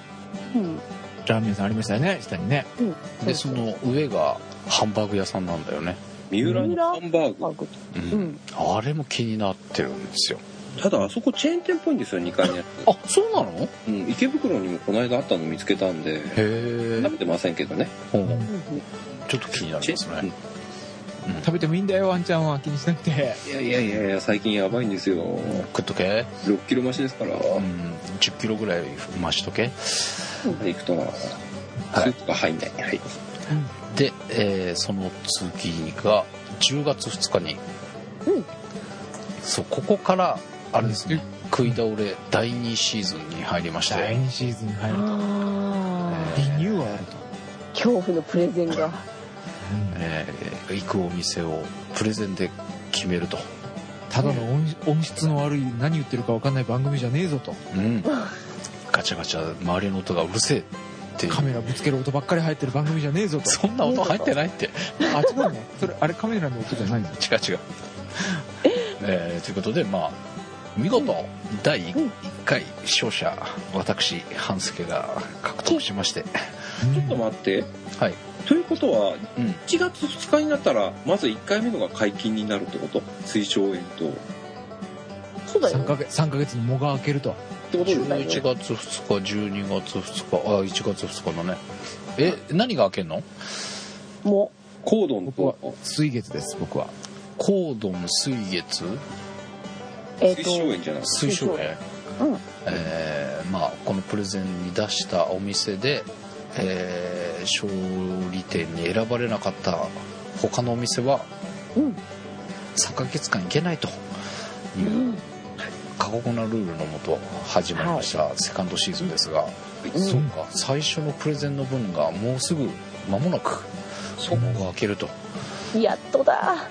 うん
ラーメン屋さんありましたよね、下にね。
うん
でその上がハンバーグ屋さんなんだよね、
三浦のハンバー
ハン
グ
バーグ
う
うんん
あれも気になってるんですよ
ただあそこチェーン店っぽいんですよ2階のやつ
あそうなのへ
うん、池袋にもこの間あったの見つけたんで
え
食べてませんけどね
うん
うん
ちょっと気になりますね
食べてもいいんだよ、ワンちゃんは気にしなく て。
いやいやいやいや最近やばいんですよ
食っとけ
6キロ増しですから、
うん1 0キロぐらい増しとけ
行くとなスープが入んない、はい
で、えーその次が10月2日に、
うん
そうここからあれですね
え
食い倒れ第2シーズンに入りまして、
第2シーズン入ると。
あ
リニューアルと。
あ恐怖のプレゼンが
えー行くお店をプレゼンで決めると、
ただの音音質の悪い何言ってるか分かんない番組じゃねえぞと
うん、ガチャガチャ周りの音がうるせえっていう
カメラぶつける音ばっかり入ってる番組じゃねえ ぞと
そんな音入ってないって
あ違うねそれあれカメラの音じゃないぞ
違う違う、えーということでまあ見事第1回勝者私半助が獲得しまして
ちょっと待って
はい
ということは
うん
1月2日になったらまず1回目のが解禁になるってこと推奨園とっ
そうだ
3
よ
ヶ月 ,3 ヶ月の藻が開けると
てことですね
11月2日12月2日あ1月2日だねえ何が開けんの
も
コードン
僕は
と
水月です僕は
コードン水月
えっ
推奨
と
園じゃない
水晶園
うん
えーまあこのプレゼンに出したお店で、えー勝利点に選ばれなかった他のお店は
うん
3ヶ月間行けないといううん過酷なルールのもと始まりましたセカンドシーズンですが、
うん
そうか最初のプレゼンの分がもうすぐ間もなくそこが開けると
やっとだ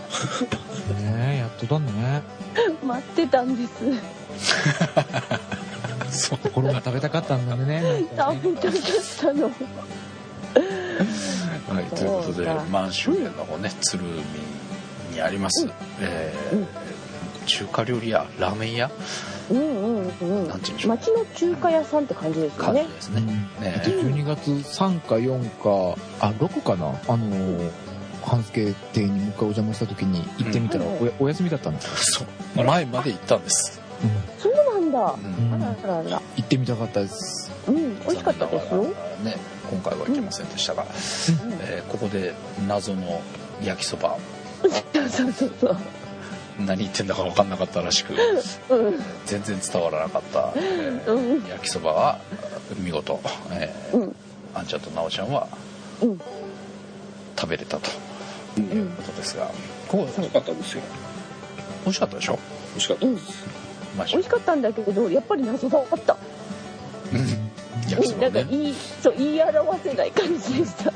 ねえやっとだね
待ってたんです
そう
これも食べたかったんだねなんか ね
食べたかったの
はい、ということで
そうか
満州園の方ね鶴見にあります、
うん
え
うん
ー中華料理屋ラーメン屋
うんうんうん
なんて言うんでしょう
町の中華屋さんって感じですよ
感じ
ね
です
う
ね
んえっ
ね
と12月3か4かあ6かなあのー半助亭にもう一回お邪魔した時に行ってみたら
うん
おやお休みだったんですよ、
そう前まで行ったんです、
そうなんだ
うん
あらあらあら
行ってみたかったです
うん美味しかったです
残
よ
念ながらね今回は行けませんでしたが、えーここで謎の焼きそば
うんそうそうそう
何言ってんだか分かんなかったらしく
そううん
全然伝わらなかった、えー
うん
焼きそばは見事、えー
うん
あんちゃんとなおちゃんは
うん
食べれたと
うん
ことですがこう
美味しかったですよ
美味しかったでしょ
美味しかったです、
マジ
美味しかったんだけどやっぱり謎が分かった、
焼き
う
そ
ん、な
ば
んか
ね
言いそう言い表せない感じでした
で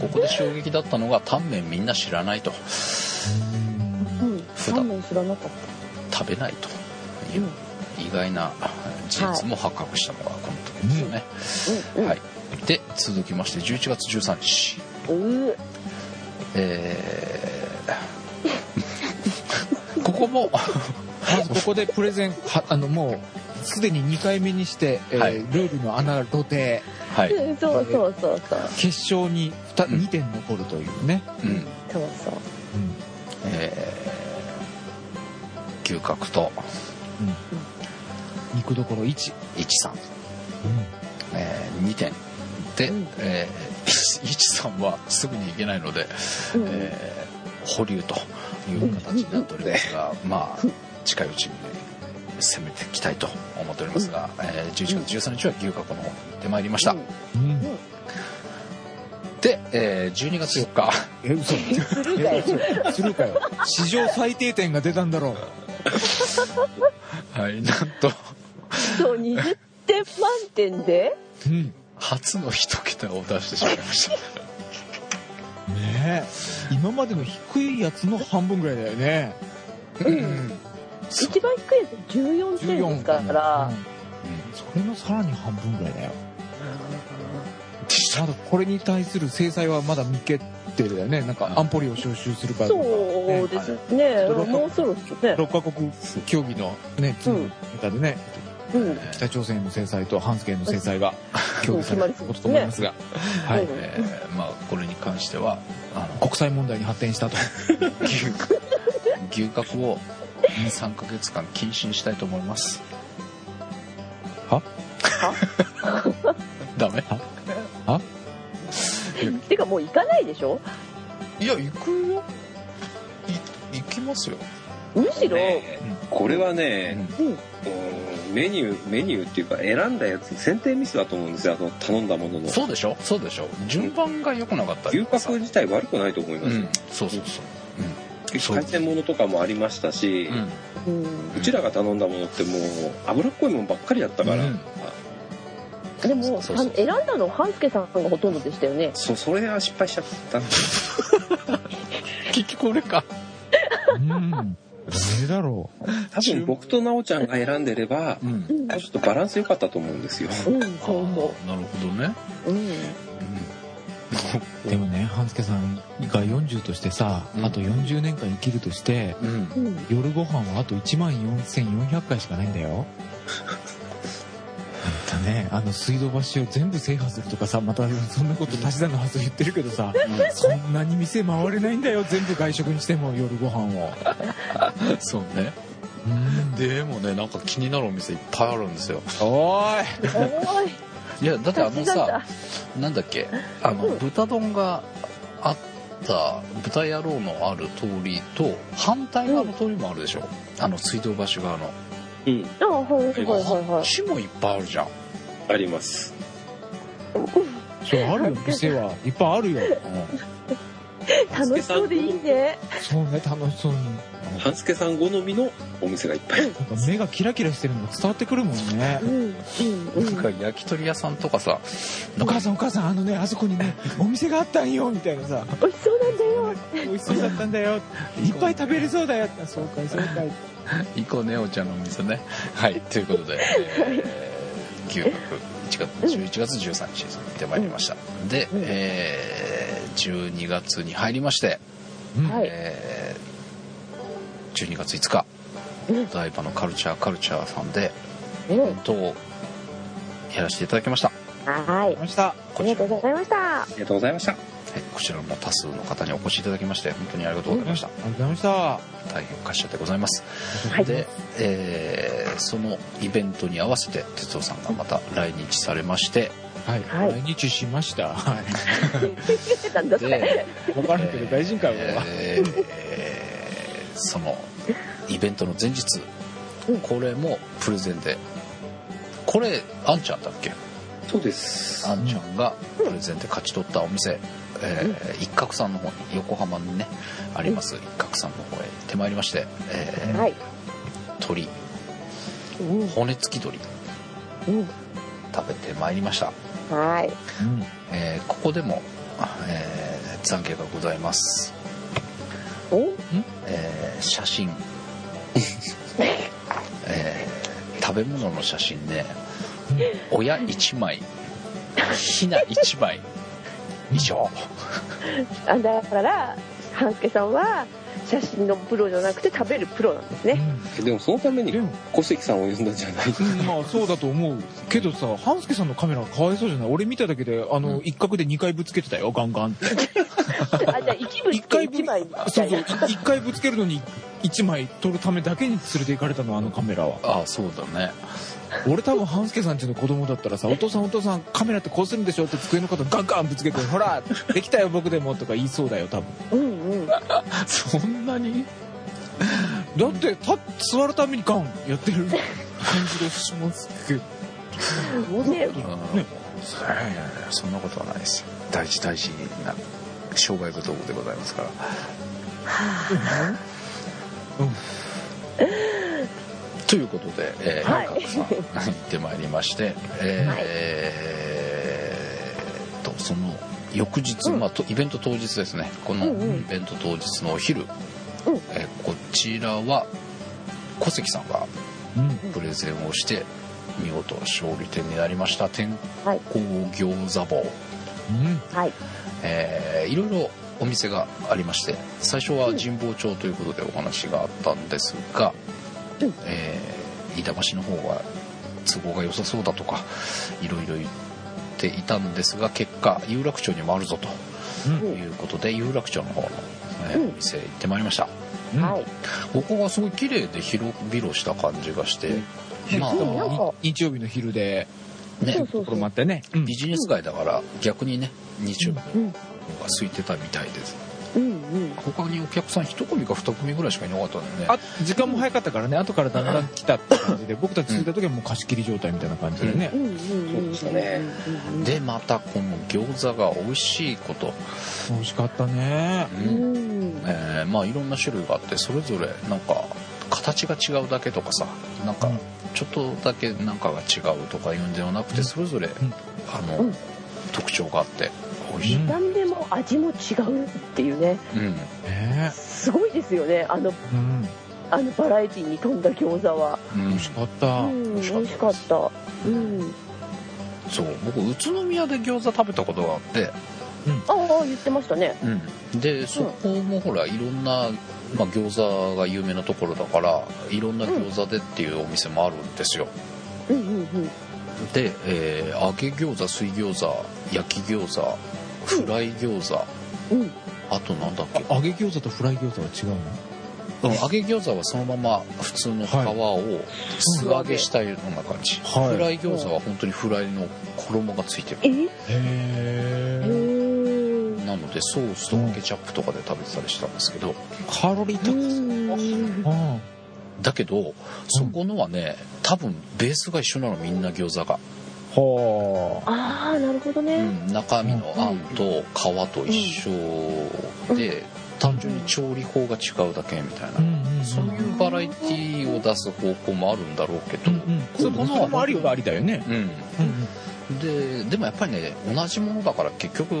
ここで衝撃だったのがタンメンみんな知らないと
うん
普
3
段
年知らなかっ
食べないと
た
いううん意外な事実も発覚したのがこの時ですよね、
うんうん、
はいで続きまして11月13日
うー
えー ここも
まずここでプレゼンはあのもうすでに2回目にして、えー
はい
ルールの穴が露呈
はい、
うんそうそうそうそう
決勝に 2,
うん
点残るというね、
うん
そうそう
えー牛角と
肉どころ1、
一さんえー2点で、
うん
えー、一さんはすぐに行けないので、
うん
えー保留という形になっておりますが、まあ近いうちに攻めていきたいと思っておりますが、えー11月13日は牛角の方に行ってまいりました、
うん
うん
で、えー12月4日
え嘘
するかよ
するかよ史上最低点が出たんだろう
はいなんと
そう20点満点で
うん
初の一桁を出してしまいました
ねえ今までの低いやつの半分ぐらいだよね
一番低いやつ14点ですから
うんそれのさらに半分ぐらいだよまだこれに対する制裁はまだ未決定だよねなんか安保理を招集するかどうか
そうですね
はい
もうそろそろね
6カ国協議のね、
うん
ネタでね、
うん
北朝鮮の制裁とハンスケの制裁が協議されることと思いますが、は
う
い
ん、
えーまあこれに関してはあの
国際問題に発展したと。
牛牛角を3ヶ月間禁止にしたいと思います
は
ダメ
てかもう行かないでしょ
いや行くよい行きますよ
むしろ、
ねこれはね、
うん
うんメニューメニューっていうか選んだやつ選定ミスだと思うんですよあの頼んだものの
そうでしょそうでしょ順番が良くなかったり
牛
とかさ
角自体悪くないと思いうますよ
ん、そうそうそうそう
回転ものとかもありましたし、
うん
うん、
うちらが頼んだものってもう脂っこいもんばっかりだったから、
うん
でも
そうそうそう
選んだの半助さんがほとんどでしたよね
そそれは失敗しちゃったんで
結局俺か
うん。えだろう。
多分僕と奈緒ちゃんが選んでれば
うん
うん
ちょっとバランス良かったと思うんですよ
うん
あ
そうそ
ーなるほどね
ううん
でもね、ハンスケさんが40としてさ、
うん
あと40年間生きるとして、
うん、うん
うん
夜ご飯はあと1万4400回しかないんだよ。 ほんとね、あの水道橋を全部制覇するとかさ、またそんなこと足し算のはず言ってるけどさ、そんなに店回れないんだよ、全部外食にしても夜ご飯を。
そうね
うん
でもねなんか気になるお店いっぱいあるんですよ
おーい
おい
いやだってあのさなんだっけあの
うん
豚丼があった豚野郎のある通りと反対側の通りもあるでしょ、あの水道橋側の
うん
あはいはいはい
こ
は
っちもいっぱいあるじゃん、
あります
そう、あ るよ、店は。いっぱいあるよ。
い楽しそうでいいね
そうね、楽しそうに。
半助さん好みのお店がいっぱい
なんか目がキラキラしてるのが伝わってくるもんね
う。んうんう
なん
ん
か焼き鳥屋さんとかさな
お
んか
母さんお母さんあのねあそこにねお店があったんよみたいなさ
美味しそうなんだよ
美味しそうだったんだよいっぱい食べれそうだよあそうかいそうかい
行こうねお茶のお店ねはいという ことで、えー、牛角1月11月13日ですね行ってまいりました、で、
うん
えー、12月に入りまして、
うん
はい
えー、12月5日
うん
台場のカルチャーカルチャーさんで
うん
本当をやらせていただきました
はい
ました
あ
こち
りが
ら
とう
も、
ご
はい、
ざいました
ありがとうございました
こちらも多数の方にお越しいただきまして本当にありがとうございました
ありがとうございました
大変感謝でございます
はい
で、えーそのイベントに合わせて哲夫さんがまた来日されま して
はい、
はい
来日しましたはい
なんだそれ
で、
分からんけど大臣会は
えーえーそのイベントの前日
うん
これもプレゼンでこれあんちゃんだっけ
そうです
あんちゃんがプレゼンで勝ち取ったお店、えー一角さんの方に横浜にねあります一角さんの方へ行ってまいりまして、えー
はい
鶏
うん
骨付き鶏
うん
食べてまいりました
はい
うん
えーここでも、えー懺悔がございます、
お
えー写 真、えー食べ物の写真ね親1枚ひな1枚以上
あだから半助さんは写真のプロじゃなくて食べるプロなんですね
でもそのため
で
に
も、
小関さんを呼んだんじゃない
うんまあそうだと思うけどさ半助さんのカメラがかわいそうじゃない俺見ただけであの、一角で2回ぶつけてたよガンガンって
あじゃあ一部
一回ぶ
一枚み
そ
た
う
い
そ
な
う一回ぶつけるのに1枚撮るためだけに連れて行かれたのあのカメラは
ああそうだね
俺多分半助さんちの子供だったらさ「お父さんお父さんカメラってこうするんでしょ」って机のことガンガンぶつけて「ほらできたよ僕でも」とか言いそうだよ多分
うんうん
そんなに
だって立っ座るためにガンやってる感じ がしますけど
ね
うんいやいやいやそんなことはないです大事大事な障害とでございますからということで、えー、
はい
中さん行ってまいりまして、えー
はい
えーっとその翌日、
うん
まあ、とイベント当日ですねこの
うんうん
イベント当日のお昼、
うん
えーこちらは小関さんが
うん
プレゼンをして見事勝利点になりました天
はい
候餃子坊、
うん
はい
えーいろいろお店がありまして最初は神保町ということでお話があったんですが、
うん
えー、板橋の方は都合が良さそうだとかいろいろ言っていたんですが結果有楽町にもあるぞということで、有楽町の方の、えー
うん
お店行ってまいりました
うん
はい。
ここがすごい綺麗で広々した感じがして、まあ
うんなんか
日曜日の昼で、
ね
そうそう
これ
そ
もあ
う。
ってね。
ビジネス街だから逆にね日曜日の方が空いてたみたいです
うんうん。
他にお客さん1組か2組ぐらいしかいなかったんだよね
あ時間も早かったからね後からだんだん来たって感 じで僕たち着いた時はもう貸し切り状態みたいな感じでね
う、んうんうん。
そうでしたね
うん
でまたこの餃子が美味しいこと、
美味しかったね
うんうん。
えーまあいろんな種類があってそれぞれなんか形が違うだけとかさなんか
うん
ちょっとだけなんかが違うとかいうんではなくてそれぞれ
ん
あの、
うん
特徴があって美味しい、
うん
何でも味も違うっていうね。
うん
ね
すごいですよね。あの
うん
あのバラエティに富んだ餃子は。
うん
美味しかった、
うん。美味しかった。うん。
そう僕宇都宮で餃子食べたことがあって、
ああ言ってましたね。
でそこもほらいろんな、まあ、餃子が有名なところだからいろんな餃子でっていうお店もあるんですよ、
うんうん
で、えー揚げ餃子水餃子焼き餃子フライ餃子
うんうん。
あとなんだっけ、
揚げ餃子とフライ餃子は違うの
うん、揚げ餃子はそのまま普通の皮を素揚げしたような感じ、
はい
フライ餃子は本当にフライの衣がついてる
え？へ
へえ
え。
なのでソースとかケチャップとかで食べてたりしたんですけど
カロリー高
うん。
あ
だけどそこのはね多分ベースが一緒なのみんな餃子が、
は
ああなるほど
う
ね。
ん、中身のあんと皮と一緒で単純に調理法が違うだけみたいな
あんうん
そういうバラエティーを出す方向もあるんだろうけど、
それものもありはありだよね
うん、
うん
ででもやっぱりね同じものだから結局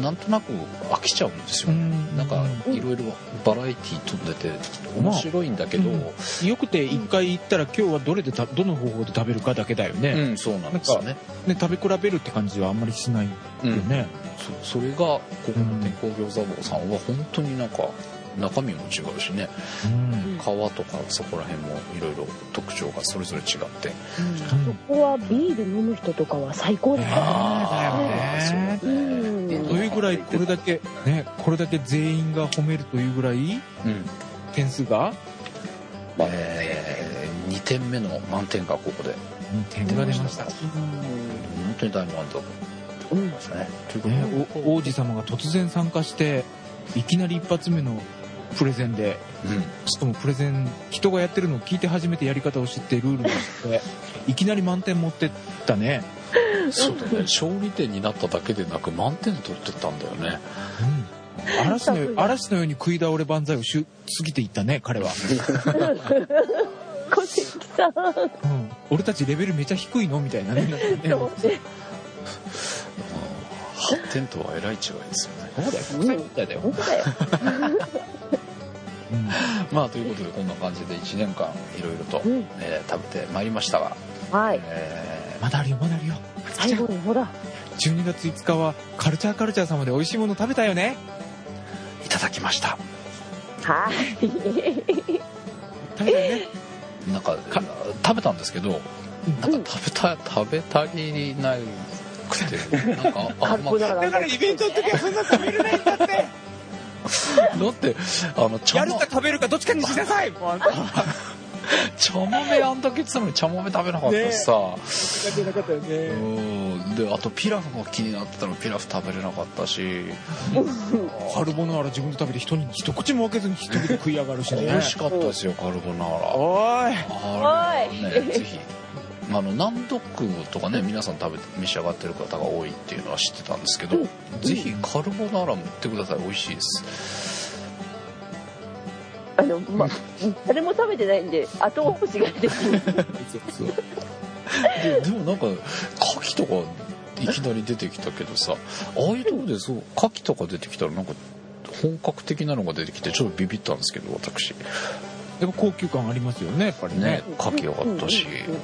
なんとなく飽きちゃうんですよね、
ん
なんかいろいろバラエティー飛んでて面白いんだけど、
まよくて一回行ったら今日はどれでたどの方法で食べるかだけだよね,、
うん、そうなんですよね
ね食べ比べるって感じはあんまりしないよ
うん
ね、
そそれがここの天候餃子坊さんは本当になんか中身も違うしね
うん
皮とかそこら辺もいろいろ特徴がそれぞれ違って
そこはビール飲む人とかは最高ですね。
あーだよね
そ
うん
というぐらいこれだけねこれだけ全員が褒めるというぐらい
うん
点数が
まあ
えー、2点目の満点がここで
点、
が出ました
ね、
本当に大満足
うん。
ですねという
お王子様が突然参加していきなり一発目のプレゼンでしかもプレゼン人がやってるのを聞いて初めてやり方を知ってルールも知っていきなり満点持ってったね、
うん、そうだね勝利点になっただけでなく満点取ってったんだよね
嵐のよう嵐のように食い倒れ万歳をし過ぎていったね彼は、
小関さん
うん俺たちレベルめちゃ低いのみたい なねなんかね
と思って。
8点とはえらい違いですよね
そうだよ
だよ
本当だよ。
うん
まあということでこんな感じで1年間いろいろと、
うん
えー食べてまいりましたが、
はい。
え
まだあるよまだあるよ
最後にほら。
12月5日はカルチャーカルチャー様で美味しいもの食べたよね
ーいただきました
はい。
食べたよね
なんか食べたんですけど
うん
なんか食べた食べ足りなくてなんかあ
カ
ん
ル
ま
ボナーラ。
イベントの時はそんな食べれないんだっ
だ
て
ってあの茶ま
食べるかどっちかにしなさい もうあんた食
茶豆あんだけ言ってたのに茶豆食べなかったしさ、
べなかったよ
う
ね
んであとピラフも気になってたのピラフ食べれなかったし
カルボナーラ自分で食べて人に一口も分けずに一人で食い上がるし
美
ね
味しかったですよカルボナー
おい
ラあれねぜひあの南国とかね皆さん食べて召し上がってる方が多いっていうのは知ってたんですけど、ぜひカルボナーラも売ってください美味しいです
あの、ま、誰も食べてないんで、後押しができる。
ででもなんか牡蠣とかいきなり出てきたけどさああいうところでそう牡蠣とか出てきたらなんか本格的なのが出てきてちょっとビビったんですけど私
でも高級感ありますよねやっぱり
ね
ね
牡蠣よかったし
うんうんうん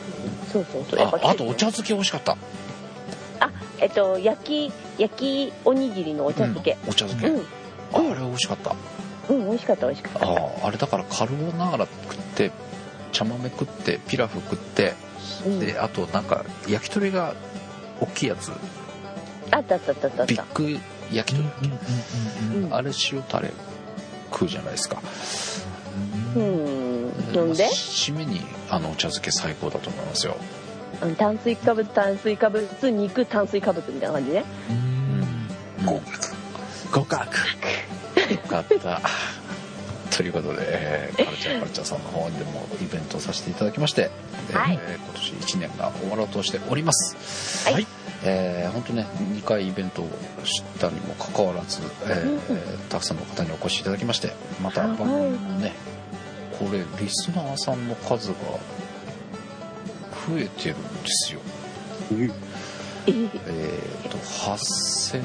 そうそうそう。やっ
あ
ぱ
あとお茶漬け美味しかった
あ、えっと、焼き、焼きおにぎりのお茶漬け。
お茶漬
う
け、
ん。
あれ美味しかった
うん、美味しかった、美味しかった。
あああれだからカルボナーラ食って茶豆食ってピラフ食って
うん
であとなんか焼き鳥が大きいやつ
あったあったあったあっ
ビッ
た
グ焼き鳥、
うんうん
あれ塩タレ食うじゃないですか
うん飲んで
まあ締めにあのお茶漬け最高だと思いますよ
あの炭水化物炭水化物肉炭水化物みたいな感じね
合格合格よかった ということで、えーカルチャーカルチャーさんの方でもイベントをさせていただきまして、
はい
えー今年1年が終わろうとしております
はい
えー、本当ね2回イベントをしたにもかかわらず、えーたくさんの方にお越しいただきましてまた
はい
番組もねこれリスナーさんの数が増えてるんですよ
え
えー、と8000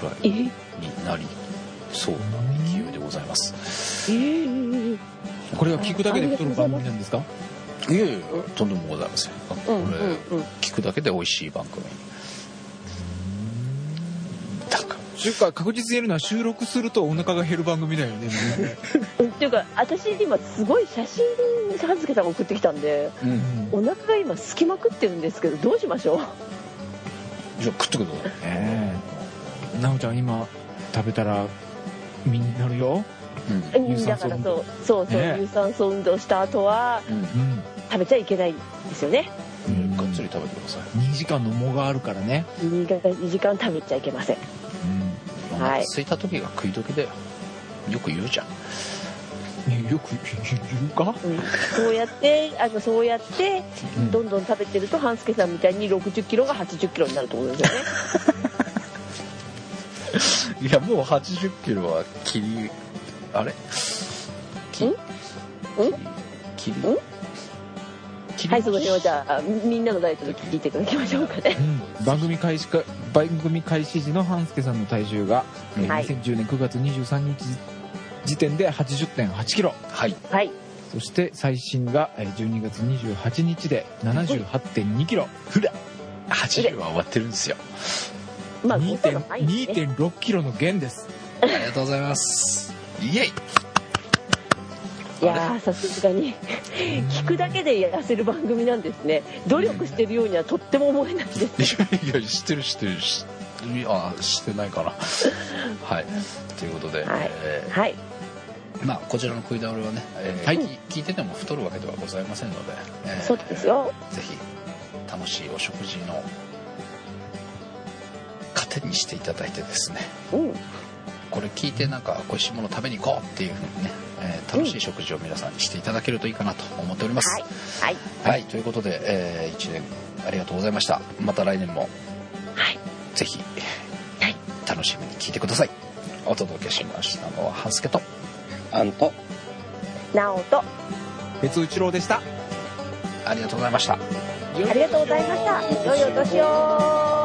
ぐらい
え
になりそうな勢いでございます
ええ
これは聞くだけで太る番組なんですか
いえいえとんでもございませんこれ、
うんうんうん
聞くだけで美味しい番組だか
週間確実に言えるのは収録するとお腹が減る番組だよね
っていうか私今すごい写真葉月さんが送ってきたんで
らうん
お腹が今すきまくってるんですけどどうしまし ょう
じゃあ食ってください
ええなおちゃん今食べたら身になる
う
よ
うんだからそうそうそう、
ね
有酸素運動した後は
ん、うん
うん
食べちゃいけないんですよね
がっつり食べてください
2時間の藻があるからね、
2時間食べちゃいけません
お
い
腹空いた時が食い時だよよく言うじゃん
ねよく言うか
うんそうやってあのそうやって
うん
どんどん食べてると半助さんみたいに6 0キロが8 0キロになるってことですよね
いやもう8 0キロは切りあれき
んん
切り
ん
切り
はいその辺はじゃあみんなのダイエットで聞いていただきましょうかね
うん番組開始か番組開始時の半助さんの体重が、えー
はい
2010年9月23日時点で8 0 8キロ
はい
はい
そして最新がえー12月28日で7 8 2キロ
80は終わってるんですよ
まあ誤差がないんでね
2 6キロの減です
ありがとうございますイエ イ
いやーさすがに 聞くだけで痩せる番組なんですね努力してるようにはとっても思えないです
いやいや知ってる知ってる知ってるあしてないかなはいということで、
はい
え
はい
ーまあこちらの食い倒れはね、えー
はい
聞聞いてても太るわけではございませんので、えー
そうですよ
ぜひ楽しいお食事の糧にしていただいてですね
うん
これ聞いてなんか美味しいもの食べに行こうっていうふうにね、えー楽しい食事を皆さんにしていただけるといいかなと思っております、
はいはい
はい、ということで、え1年ありがとうございましたまた来年も
はい
ぜひ、
はい
楽しみに聞いてくださいお届けしましたのは半助と
あんと
なおと
別一郎でした
ありがとうございました
ありがとうございました良いお年を